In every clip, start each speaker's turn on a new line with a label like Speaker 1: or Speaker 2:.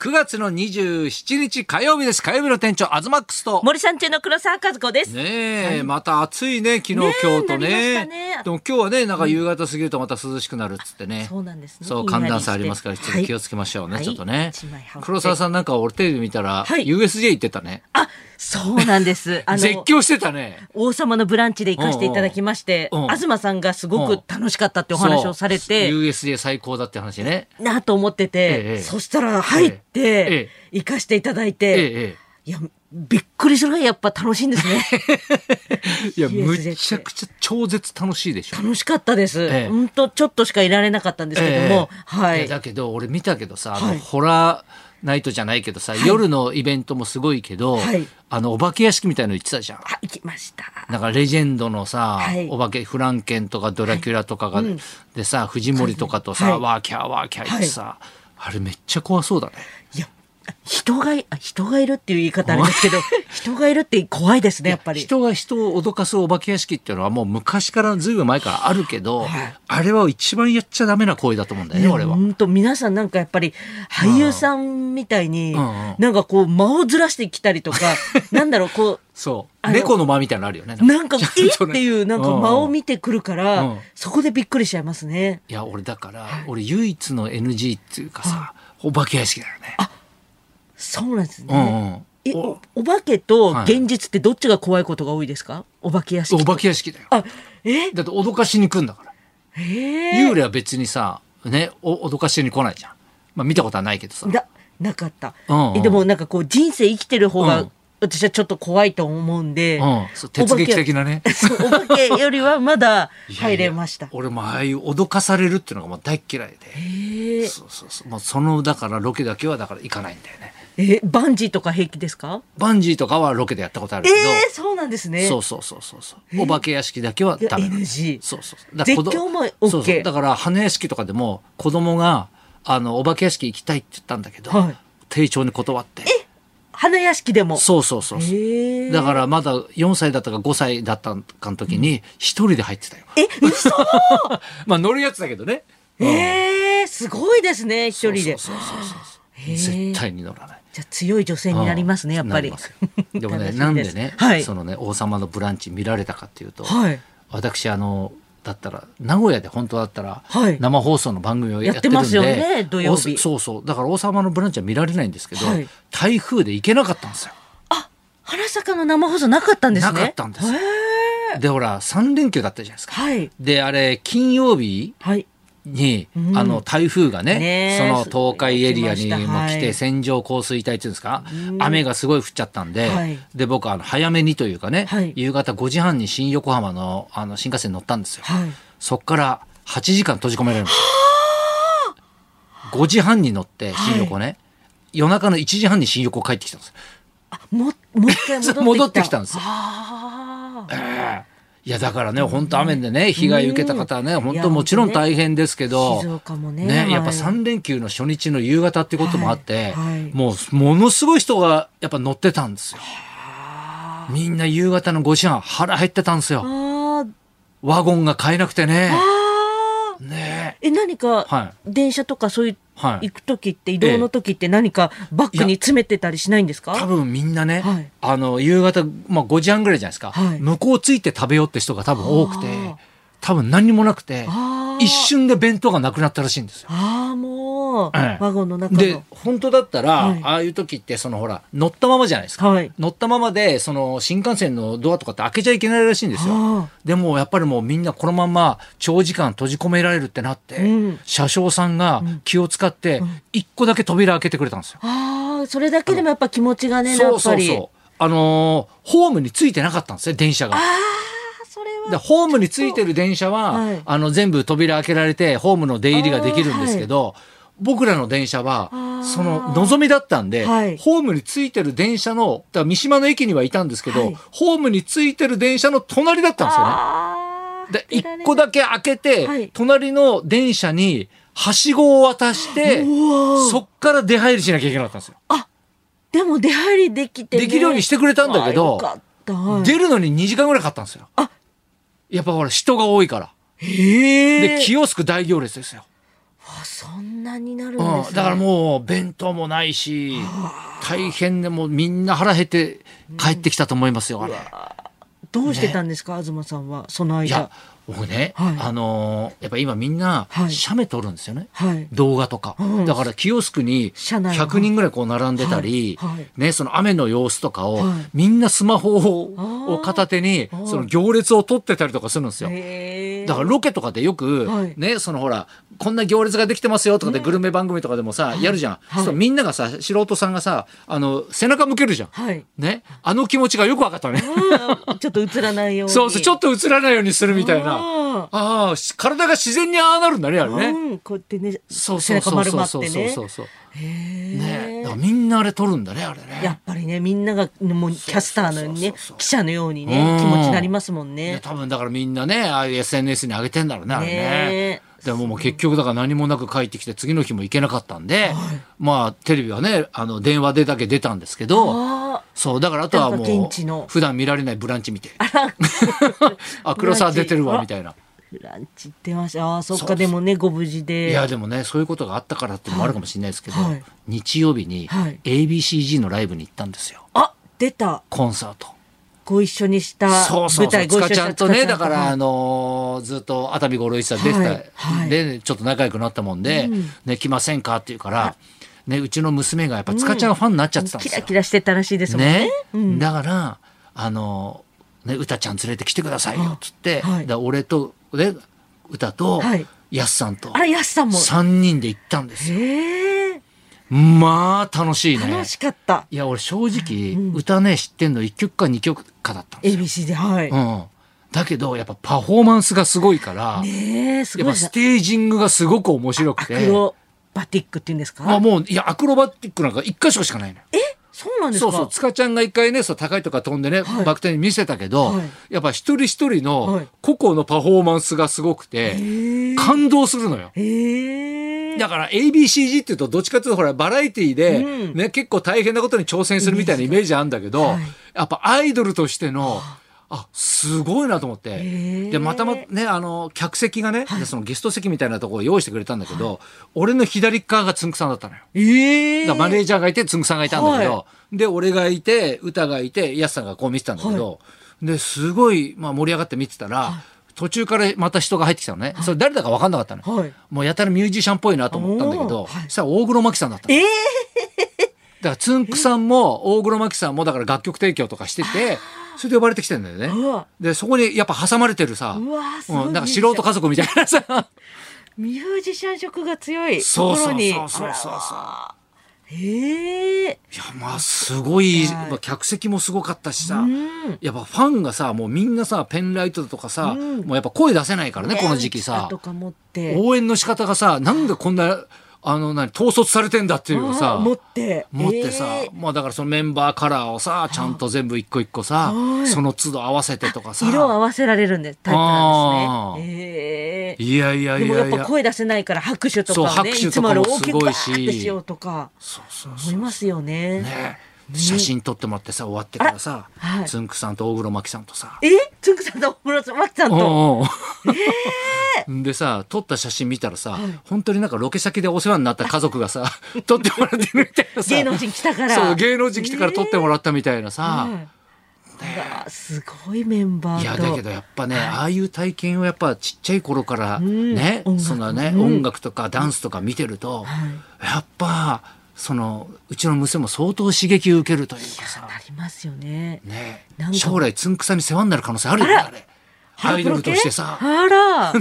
Speaker 1: 9月の27日火曜日です。火曜日の店長、アズマックスと。
Speaker 2: 森さん中の黒沢和子です。
Speaker 1: ねえ、また暑いね、昨日、
Speaker 2: ねえ
Speaker 1: 今日と
Speaker 2: な
Speaker 1: ね
Speaker 2: りましたね
Speaker 1: でも今日はね、なんか夕方過ぎるとまた涼しくなるっつってね。
Speaker 2: そうなんですね
Speaker 1: そう、
Speaker 2: ひんやり
Speaker 1: 寒暖差ありますから、
Speaker 2: し
Speaker 1: ち
Speaker 2: て
Speaker 1: ょっと気をつけましょうね、
Speaker 2: はい
Speaker 1: ちょっとね
Speaker 2: 一枚羽織っ。て
Speaker 1: 黒沢さんなんか俺テレビ見たら、
Speaker 2: はい
Speaker 1: USJ 行ってたね。
Speaker 2: あ、そうなん です。あ
Speaker 1: 絶
Speaker 2: の、
Speaker 1: 叫してたね。
Speaker 2: 王様のブランチで行かせていただきまして、
Speaker 1: うんうんうん
Speaker 2: 東さんがすごく楽しかったってお話をされて、
Speaker 1: そう USJ 最高だって話ね。
Speaker 2: なあと思ってて、
Speaker 1: ええ
Speaker 2: そしたら入っ
Speaker 1: え
Speaker 2: て
Speaker 1: え、
Speaker 2: 行かせていただ
Speaker 1: え
Speaker 2: い
Speaker 1: え
Speaker 2: て、、
Speaker 1: え
Speaker 2: いや、びっくりするぐらいやっぱ楽しいんですね。
Speaker 1: え。いや、む
Speaker 2: USJ
Speaker 1: ちゃくちゃ超絶楽しいでしょ。
Speaker 2: 楽しかったです。
Speaker 1: ええ
Speaker 2: ほんと、ちょっとしかいられなかったんですけども、
Speaker 1: ええ
Speaker 2: はい
Speaker 1: や
Speaker 2: い。
Speaker 1: だけど俺見たけどさ、あの
Speaker 2: はい
Speaker 1: ホラーナイトじゃないけどさ、夜のイベントもすごいけど、
Speaker 2: はい
Speaker 1: あのお化け屋敷みたいの行ってたじゃん。
Speaker 2: あ、行きました。
Speaker 1: なんかレジェンドのさ、
Speaker 2: はい
Speaker 1: お化けフランケンとかドラキュラとかが、でさ藤森とかとさ、
Speaker 2: はい
Speaker 1: ワーキャーワーキャー言ってさ、あれめっちゃ怖そうだね。
Speaker 2: いや、人がい、あ人がいるっていう言い方あれですけど、人がいるって怖いですね、やっぱり。
Speaker 1: 人が人を脅かすお化け屋敷っていうのはもう昔からずいぶん前からあるけど、
Speaker 2: はい
Speaker 1: あれは一番やっちゃダメな行為だと思うんだよね、俺は。
Speaker 2: 本当皆さんなんかやっぱり俳優さんみたいに、
Speaker 1: んうん
Speaker 2: なんかこう間をずらしてきたりとか、 なんだろうこ
Speaker 1: そ
Speaker 2: あ
Speaker 1: う。
Speaker 2: の
Speaker 1: 猫の間みたいなのあるよね。
Speaker 2: うなんか「え
Speaker 1: ちょ
Speaker 2: っ
Speaker 1: っ?」と
Speaker 2: っ
Speaker 1: ね
Speaker 2: ていうなんか間を見てくるから、
Speaker 1: うんうん
Speaker 2: そこでびっくりしちゃいますね。
Speaker 1: いや俺だから、俺唯一の NG っていうかさ、お化け屋敷だよね。
Speaker 2: そうなんです
Speaker 1: う
Speaker 2: ね。
Speaker 1: んうん
Speaker 2: え
Speaker 1: お
Speaker 2: おお化けと
Speaker 1: はい
Speaker 2: 現実ってどっちが怖いことが多いですかお化け屋敷
Speaker 1: お
Speaker 2: と
Speaker 1: 化け屋敷だよ。
Speaker 2: あえ
Speaker 1: だって脅かしに来んだから。
Speaker 2: え
Speaker 1: 幽霊は別にさ、ね、お脅かしに来ないじゃん。まあ見たことはないけどさ。
Speaker 2: ななかった、
Speaker 1: うんうん
Speaker 2: えでもなんかこう人生生きてる方が、
Speaker 1: うん
Speaker 2: 私はちょっと怖いと思うんで、
Speaker 1: うんそう鉄撃的なね
Speaker 2: お化けそうお化けよりはまだ入れました
Speaker 1: いやいや俺もああいう脅かされるっていうのがもう大っ嫌いで。
Speaker 2: えー
Speaker 1: そうそうそう。もうその、だからロケだけはだから行かないんだよね。
Speaker 2: えバンジーとか平気ですか
Speaker 1: バンジーとかはロケでやったことある
Speaker 2: え
Speaker 1: けど。
Speaker 2: ー、そうなんですね
Speaker 1: そうそうそうそうそう。お化け屋敷だけはダメなの。
Speaker 2: いや NG
Speaker 1: そうそうそう。
Speaker 2: 絶
Speaker 1: 子供
Speaker 2: 叫も OK
Speaker 1: そうそうだから花屋敷とかでも子供があのお化け屋敷行きたいって言ったんだけど、
Speaker 2: はい
Speaker 1: 丁重に断って。
Speaker 2: 花屋敷でも
Speaker 1: そうそうそうそう。
Speaker 2: えー、
Speaker 1: だからまだ4歳だったか5歳だったかの時に一人で入ってたよ。
Speaker 2: え嘘
Speaker 1: まあ乗るやつだけどね。うん
Speaker 2: えー、すごいですね一人で
Speaker 1: そうそうそうそうそう
Speaker 2: へー
Speaker 1: 絶対に乗らない。
Speaker 2: じゃあ強い女性になりますねやっぱり
Speaker 1: なますよでもね
Speaker 2: 楽しみす
Speaker 1: なんでね、
Speaker 2: はい
Speaker 1: そのね「王様のブランチ」見られたかっていうと、
Speaker 2: はい
Speaker 1: 私あのだったら名古屋で本当だったら、
Speaker 2: はい
Speaker 1: 生放送の番組をやってるんで
Speaker 2: やってますよね土曜日
Speaker 1: おそうそうだから「王様のブランチ」は見られないんですけど、
Speaker 2: はい
Speaker 1: 台風で行けなかったんですよ。
Speaker 2: 原坂の生放送なかったんですね
Speaker 1: なかったんです
Speaker 2: へ
Speaker 1: よ
Speaker 2: ー
Speaker 1: でほら3連休だったじゃないですか。
Speaker 2: はい
Speaker 1: であれ金曜日
Speaker 2: はい
Speaker 1: に、
Speaker 2: うん
Speaker 1: あの台風がね
Speaker 2: ねえ
Speaker 1: その東海エリアに
Speaker 2: 来
Speaker 1: も
Speaker 2: まし
Speaker 1: 来
Speaker 2: たは
Speaker 1: て
Speaker 2: い
Speaker 1: 線状降水帯っていうんですか、雨がすごい降っちゃったんで、
Speaker 2: はい
Speaker 1: で僕あの早めにというかね、
Speaker 2: はい
Speaker 1: 夕方5時半に新横浜のあの新幹線に乗ったんですよ、
Speaker 2: はい
Speaker 1: そっから8時間閉じ込められるんです5時半に乗って新横ね、夜中の1時半に新横帰ってきたんですよ
Speaker 2: あももう一回戻ってき た
Speaker 1: 戻ってきたんですよ
Speaker 2: あー
Speaker 1: いやだからね本当雨でね被害受けた方はね本
Speaker 2: いや
Speaker 1: 当もちろん
Speaker 2: 本当ね
Speaker 1: 大変ですけど
Speaker 2: 静岡もね
Speaker 1: ね、やっぱ
Speaker 2: はい
Speaker 1: 3連休の初日の夕方ってこともあって、
Speaker 2: はいはい
Speaker 1: もうものすごい人がやっぱ乗ってたんですよ。みんな夕方の5時半腹減ってたんですよ。
Speaker 2: あー
Speaker 1: ワゴンが買えなくてね。
Speaker 2: あー
Speaker 1: ね
Speaker 2: え何か、
Speaker 1: は
Speaker 2: 電車とかそういう、
Speaker 1: はい
Speaker 2: 行く時って移動の時って何かバッグに詰めてたりしないんです
Speaker 1: 多
Speaker 2: か
Speaker 1: 分みんなね、
Speaker 2: はい
Speaker 1: あの夕方、まあ、5時半ぐらいじゃないですか、
Speaker 2: はい
Speaker 1: 向こうついて食べようって人が多分多くて
Speaker 2: あー
Speaker 1: 多分何にもなくて
Speaker 2: あー
Speaker 1: 一瞬で弁当がなくなったらしいんですよ。
Speaker 2: ああもう、
Speaker 1: ええ
Speaker 2: ワゴンの中の
Speaker 1: で本当だったら、
Speaker 2: はい
Speaker 1: ああいう時ってそのほら乗ったままじゃないですか、
Speaker 2: はい
Speaker 1: 乗ったままでその新幹線のドアとかって開けちゃいけないらしいんですよ
Speaker 2: あ
Speaker 1: でもやっぱりもうみんなこのまま長時間閉じ込められるってなって、
Speaker 2: うん
Speaker 1: 車掌さんが気を使って一個だけ扉開けてくれたんですよ、
Speaker 2: ああそれだけでもやっぱ気持ちがねや
Speaker 1: そう
Speaker 2: っぱ
Speaker 1: そう
Speaker 2: り
Speaker 1: そうあのーホームについてなかったんですね電車が。
Speaker 2: ああそれ
Speaker 1: で
Speaker 2: は
Speaker 1: ホームについてる電車は、
Speaker 2: はい
Speaker 1: あの全部扉開けられてホームの出入りができるんですけど、僕らの電車は
Speaker 2: あー
Speaker 1: その望みだったんで、
Speaker 2: はい
Speaker 1: ホームについてる電車のだから三島の駅にはいたんですけど、
Speaker 2: はい
Speaker 1: ホームについてる電車の隣だったんですよね。
Speaker 2: ああ
Speaker 1: で一個だけ開けて、
Speaker 2: はい
Speaker 1: 隣の電車にはしごを渡して
Speaker 2: うわ
Speaker 1: そっから出入りしなきゃいけなかったんですよ。
Speaker 2: でも出入りできて、ね、
Speaker 1: できるようにしてくれたんだけど
Speaker 2: あーよかった、はい
Speaker 1: 出るのに2時間ぐらいかかったんですよ。
Speaker 2: あ
Speaker 1: やっぱほら人が多いから。
Speaker 2: へえ
Speaker 1: でキオスク大行列ですよ。
Speaker 2: あそんなになるん
Speaker 1: うん
Speaker 2: です、ね、
Speaker 1: だからもう弁当もないし大変でもうみんな腹減って帰ってきたと思いますよ、あれ。
Speaker 2: どうしてたんですか、東さんはその
Speaker 1: いや
Speaker 2: 間
Speaker 1: 僕ね、
Speaker 2: はい
Speaker 1: あのーやっぱ今みんな
Speaker 2: はい
Speaker 1: 写メ撮るんですよね、
Speaker 2: はい
Speaker 1: 動画とか、
Speaker 2: うん
Speaker 1: だからキオスクに
Speaker 2: 車内
Speaker 1: 100人ぐらいこう並んでたり、
Speaker 2: はいはい
Speaker 1: ね、その雨の様子とかを、
Speaker 2: はい
Speaker 1: みんなスマホを
Speaker 2: あー
Speaker 1: を片手に
Speaker 2: はい
Speaker 1: その行列を撮ってたりとかするんですよ。
Speaker 2: へー
Speaker 1: だからロケとかでよく、
Speaker 2: はい
Speaker 1: ね、そのほら、こんな行列ができてますよとかでグルメ番組とかでもさ、やるじゃん。
Speaker 2: はい
Speaker 1: そうみんながさ、素人さんがさ、あの、背中向けるじゃん。
Speaker 2: はい
Speaker 1: ね。あの気持ちがよくわかったね。
Speaker 2: うんちょっと映らないよう に
Speaker 1: そうそう、ちょっと映らないようにするみたいな。
Speaker 2: な
Speaker 1: ああ、し体が自然にああなるんだね、あれね。
Speaker 2: うん、こうやってね
Speaker 1: そうそう
Speaker 2: 背
Speaker 1: そう
Speaker 2: 中丸
Speaker 1: そ
Speaker 2: ま
Speaker 1: う
Speaker 2: って
Speaker 1: そう
Speaker 2: ね
Speaker 1: そうそう。ね
Speaker 2: へ
Speaker 1: だ
Speaker 2: ー
Speaker 1: からみんなあれ撮るんだね、あれ
Speaker 2: や
Speaker 1: ね。
Speaker 2: っぱりねみんながもうキャスターのようにね
Speaker 1: そうそうそうそう
Speaker 2: 記者のように
Speaker 1: うん
Speaker 2: ね気持ちになりますもん
Speaker 1: いや
Speaker 2: ね。
Speaker 1: 多分だからみんなね、ああいう SNS に上げてんだろうね、あれね
Speaker 2: ね。
Speaker 1: でももう結局だから何もなく帰ってきて次の日も行けなかったんで、まあテレビはね、あの電話でだけ出たんですけど、
Speaker 2: あ
Speaker 1: そう、だからあとは
Speaker 2: なんか
Speaker 1: も
Speaker 2: 現地
Speaker 1: う
Speaker 2: の
Speaker 1: 普段見られないブランチ見て。 あ、黒沢出てるわ、みたいな。
Speaker 2: ーフランチ行ってましたあーそっ
Speaker 1: そう
Speaker 2: かでもねご無事で
Speaker 1: いやでもねそういうことがあったからってのもあるかもしれないですけど、
Speaker 2: はいはい
Speaker 1: 日曜日に
Speaker 2: はい
Speaker 1: ABCG のライブに行ったんですよ
Speaker 2: あ出た
Speaker 1: コンサート。
Speaker 2: ご一緒にした
Speaker 1: そうそうそ
Speaker 2: 舞台
Speaker 1: う
Speaker 2: ご
Speaker 1: 塚
Speaker 2: 一緒に
Speaker 1: ち
Speaker 2: し
Speaker 1: ゃ
Speaker 2: た
Speaker 1: んとねだ
Speaker 2: 塚
Speaker 1: か
Speaker 2: ちゃん
Speaker 1: らあ
Speaker 2: と
Speaker 1: のーずっと熱海五郎一さん出てた、
Speaker 2: はいはい
Speaker 1: でちょっと仲良くなったもんで「ね、来ませんか?」って言うから、ね、うちの娘がやっぱ塚ちゃんファンになっちゃってたんで
Speaker 2: キ
Speaker 1: すよ
Speaker 2: ラ。キラしてたらしいですもんね
Speaker 1: ね、だからあの、ね、歌ちゃん連れてきてくださいよっつって、
Speaker 2: はい
Speaker 1: だから俺と、ね、歌と、
Speaker 2: はい
Speaker 1: やすさんと
Speaker 2: あらやすさんも
Speaker 1: 3人で行ったんですよ。
Speaker 2: へえ
Speaker 1: まあ楽しいね。
Speaker 2: 楽しかった
Speaker 1: いや俺正直、歌ね知ってんの1曲か2曲かだったんですよ。
Speaker 2: ABC ではい
Speaker 1: うん、だけどやっぱパフォーマンスがすごいから、
Speaker 2: ねえす
Speaker 1: やっ
Speaker 2: ごい
Speaker 1: ぱステージングがすごく面白く
Speaker 2: ア
Speaker 1: て。
Speaker 2: クロバティックっていうんです
Speaker 1: あ
Speaker 2: か
Speaker 1: もういやアクロバティックなんか1箇所しかないのよ。
Speaker 2: そうなんです
Speaker 1: そ
Speaker 2: か
Speaker 1: うそう塚ちゃんが一回ねそう高いとか飛んでね、
Speaker 2: はい
Speaker 1: バク転に見せたけど、
Speaker 2: はい
Speaker 1: やっぱ一人一人
Speaker 2: は
Speaker 1: の
Speaker 2: い
Speaker 1: 個々のパフォーマンスがすごくて、
Speaker 2: へえ
Speaker 1: 感動するのよ。
Speaker 2: へえ
Speaker 1: だから ABCG っていうとどっちかっていうとほらバラエティで、
Speaker 2: うん
Speaker 1: ね結構大変なことに挑戦するみたいなイメージあるんだけど、
Speaker 2: はい
Speaker 1: やっぱアイドルとしてのあすごいなと思って
Speaker 2: ー
Speaker 1: でまたまねあの客席がね、でそのゲスト席みたいなところを用意してくれたんだけど、俺の左側がつんくさんだったのよ。
Speaker 2: ええ
Speaker 1: だからマネージャーがいてつんくさんがいたんだけど、
Speaker 2: は
Speaker 1: で俺がいて歌がいてやすさんがこう見てたんだけど、ですごい、まあ、盛り上がって見てたら、途中からまた人が入ってきたのね、それ誰だか分かんなかったの、
Speaker 2: はい
Speaker 1: もうやたらミュージシャンっぽいなと思ったんだけど、
Speaker 2: おーはい
Speaker 1: そしたら大黒摩季さんだったの。
Speaker 2: ええ
Speaker 1: だからつんくさんも大黒摩季さんもだから楽曲提供とかしててそれで呼ばれてきてんだよね
Speaker 2: うわ。
Speaker 1: でそこにやっぱ挟まれてるさ
Speaker 2: うわーすごい
Speaker 1: ん、なんか素人家族みたい なさ
Speaker 2: ミュージシャン色が強いと
Speaker 1: そう
Speaker 2: こ
Speaker 1: そう
Speaker 2: ろに
Speaker 1: そうそうそうそう
Speaker 2: あらへえ
Speaker 1: いやまあすごい、
Speaker 2: はい
Speaker 1: まあ、客席もすごかったしさ、
Speaker 2: うん
Speaker 1: やっぱファンがさもうみんなさペンライトとかさ、
Speaker 2: うん
Speaker 1: もうやっぱ声出せないからねこの時期
Speaker 2: ギタ
Speaker 1: さ
Speaker 2: ーとか持って
Speaker 1: 応援の仕方がさなんでこんなあの何統率されてんだっていう
Speaker 2: あ
Speaker 1: さ
Speaker 2: ー持って
Speaker 1: 持ってさ、
Speaker 2: ええ
Speaker 1: まあだからそのメンバーカラーをさちゃんと全部一個一個さ
Speaker 2: はい
Speaker 1: その都度合わせてとかさ
Speaker 2: 色を合わせられるんでタイプなんですねへえ
Speaker 1: いやいや
Speaker 2: で
Speaker 1: い
Speaker 2: も
Speaker 1: や
Speaker 2: や
Speaker 1: い
Speaker 2: っ
Speaker 1: や
Speaker 2: ぱ声出せないから拍手と
Speaker 1: そ
Speaker 2: か
Speaker 1: う
Speaker 2: を
Speaker 1: 拍
Speaker 2: ね
Speaker 1: 手
Speaker 2: い
Speaker 1: と
Speaker 2: つ
Speaker 1: か
Speaker 2: も
Speaker 1: も
Speaker 2: より大きくバ
Speaker 1: す
Speaker 2: ー
Speaker 1: ごいし
Speaker 2: ってしようとか
Speaker 1: そうそう
Speaker 2: 思いますよね
Speaker 1: ね写真撮ってもらってさ終わってからさ、
Speaker 2: あらはい
Speaker 1: つんくさんと大黒摩季さんとさ
Speaker 2: えつんくさんと小室さんマキさんと
Speaker 1: おうおうでさ撮った写真見たらさ、本当になんかロケ先でお世話になった家族がさ撮ってもらってるみたいなさ
Speaker 2: 芸能人来たから
Speaker 1: そう芸能人来てから撮ってもらったみたいなさ、
Speaker 2: はいわあすごいメンバーと
Speaker 1: いやだけどやっぱね、ああいう体験をやっぱちっちゃい頃から
Speaker 2: ん
Speaker 1: ね、
Speaker 2: 音楽
Speaker 1: そのね、
Speaker 2: うん
Speaker 1: 音楽とかダンスとか見てると、やっぱそのうちの娘も相当刺激を受けるというかさ、
Speaker 2: なりますよね
Speaker 1: ね
Speaker 2: なん、か
Speaker 1: 将来つんくさんに世話になる可能性あるよねあれアイドルとしてさ。
Speaker 2: あら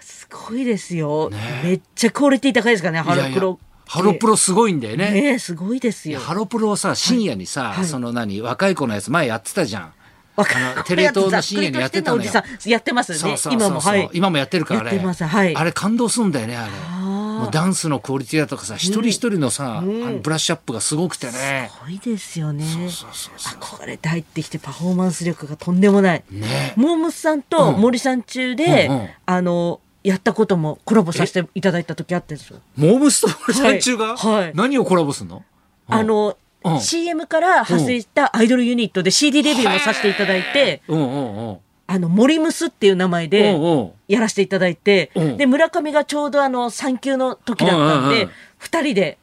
Speaker 2: すごいですよ、めっちゃクオリティ高いですからねハロ
Speaker 1: い
Speaker 2: プ
Speaker 1: やいや
Speaker 2: ロって
Speaker 1: ハロプロすごいんだよね。
Speaker 2: ねすごいです
Speaker 1: いや
Speaker 2: よ
Speaker 1: ハロプロをさ深夜にさ、
Speaker 2: はい
Speaker 1: その何若い子のやつ前やってたじゃん。
Speaker 2: 若い
Speaker 1: あの
Speaker 2: 子
Speaker 1: テレ東の深夜にやってたのよ
Speaker 2: ざっくりとしておじさんやってますね
Speaker 1: そうそうそうそう
Speaker 2: 今もはい
Speaker 1: 今もやってるからあれ
Speaker 2: やってますはい
Speaker 1: あれ感動するんだよねあれ
Speaker 2: ー
Speaker 1: もうダンスのクオリティだとかさ一人一人のさ、あのブラッシュアップがすごくてね
Speaker 2: すごいですよね
Speaker 1: そうそうそう
Speaker 2: 憧れて入ってきてパフォーマンス力がとんでもない、
Speaker 1: ね
Speaker 2: モームスさんと森さん中で、
Speaker 1: うんうん
Speaker 2: あのやったこともコラボさせていただいた時あったんですよ
Speaker 1: モームスと俺最中が、
Speaker 2: はいはい
Speaker 1: 何をコラボするの
Speaker 2: あの、
Speaker 1: うん
Speaker 2: CM から派生したアイドルユニットで CD デビューをさせていただいて、
Speaker 1: うんうんうん
Speaker 2: あの、森むすっていう名前で、
Speaker 1: おう
Speaker 2: やらせていただいて、
Speaker 1: うん
Speaker 2: で、村上がちょうどあの、産休の時だったん
Speaker 1: うんうんう
Speaker 2: で
Speaker 1: ん、
Speaker 2: 二、人で、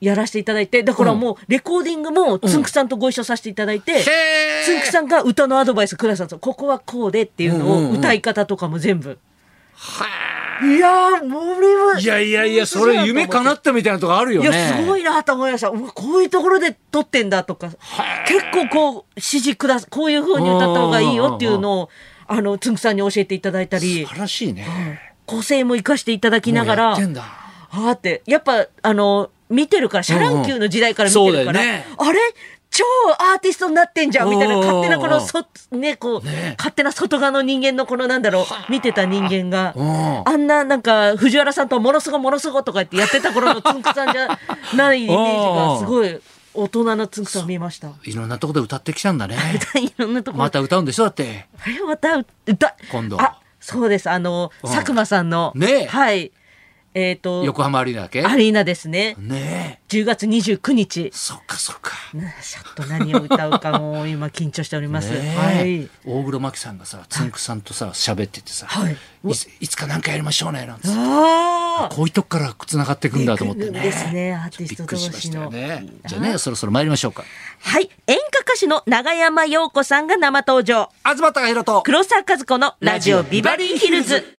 Speaker 2: やらせていただいて、だからもう、レコーディングも、つんくさんとご一緒させていただいて、
Speaker 1: へえ
Speaker 2: つんくさんが歌のアドバイスくださったんですよここはこうでっていう
Speaker 1: うんうん
Speaker 2: のを、
Speaker 1: うん
Speaker 2: 歌い方とかも全部。
Speaker 1: はい
Speaker 2: やー、森む
Speaker 1: いいやいやいやそれ夢叶ったみたいなとこあるよ
Speaker 2: い
Speaker 1: ね
Speaker 2: や、すごいなと思いました。うわこういうところで撮ってんだとか、結構こう、指示くださ、こういう風に歌った方がいいよっていうのを、あの、つんくさんに教えていただいたり
Speaker 1: 素、晴らしいね
Speaker 2: 個性も生かしていただきなが
Speaker 1: も
Speaker 2: ら、
Speaker 1: うやってん
Speaker 2: あ
Speaker 1: だ
Speaker 2: あって、やっぱ、あの、見てるから、シャランキューの時代から見てる
Speaker 1: そう
Speaker 2: か
Speaker 1: だ
Speaker 2: ら、
Speaker 1: よね
Speaker 2: あれ超アーティストになってんじゃんみたいな、
Speaker 1: うんうんうん
Speaker 2: 勝手なこの、そ、ね、こう、
Speaker 1: ね
Speaker 2: 勝手な外側の人間のこの、なんだろう、見てた人間が、
Speaker 1: うん
Speaker 2: あんななんか藤原さんとものすごいものすごいとか言ってやってた頃のつんくさんじゃないイメージがすごい大人のつんくさん見ました。
Speaker 1: いろんなとこで歌ってきたんだね
Speaker 2: いろんなところ
Speaker 1: また歌うんでしょだって
Speaker 2: えまた歌
Speaker 1: 今度
Speaker 2: あそうですあの
Speaker 1: うん
Speaker 2: 佐久間さんの
Speaker 1: ねえ
Speaker 2: はいえっ、と
Speaker 1: 横浜アリーナだっけ
Speaker 2: アリーナですね
Speaker 1: ねえ
Speaker 2: 10月29日
Speaker 1: そっかそっか
Speaker 2: なちょっと何を歌う かもう今緊張しております、
Speaker 1: ね
Speaker 2: は
Speaker 1: え
Speaker 2: い
Speaker 1: 大黒摩季さんがさつんくさんとさ喋っててさ、
Speaker 2: はい
Speaker 1: いついつかなんかやりましょうねなんつって
Speaker 2: ああ
Speaker 1: こういうとこから繋がってくんだと思ってね。
Speaker 2: ですねアーテ
Speaker 1: び
Speaker 2: ィス
Speaker 1: っ
Speaker 2: ト
Speaker 1: く
Speaker 2: 同
Speaker 1: りしまし
Speaker 2: 士
Speaker 1: たよ
Speaker 2: の
Speaker 1: ね
Speaker 2: いい。な
Speaker 1: じゃあね、そろそろ参りましょうか。
Speaker 2: はい演歌歌手の永山陽子さんが生登場
Speaker 1: 東隆弘と。
Speaker 2: 黒沢和子のラジオビバリーヒルズ。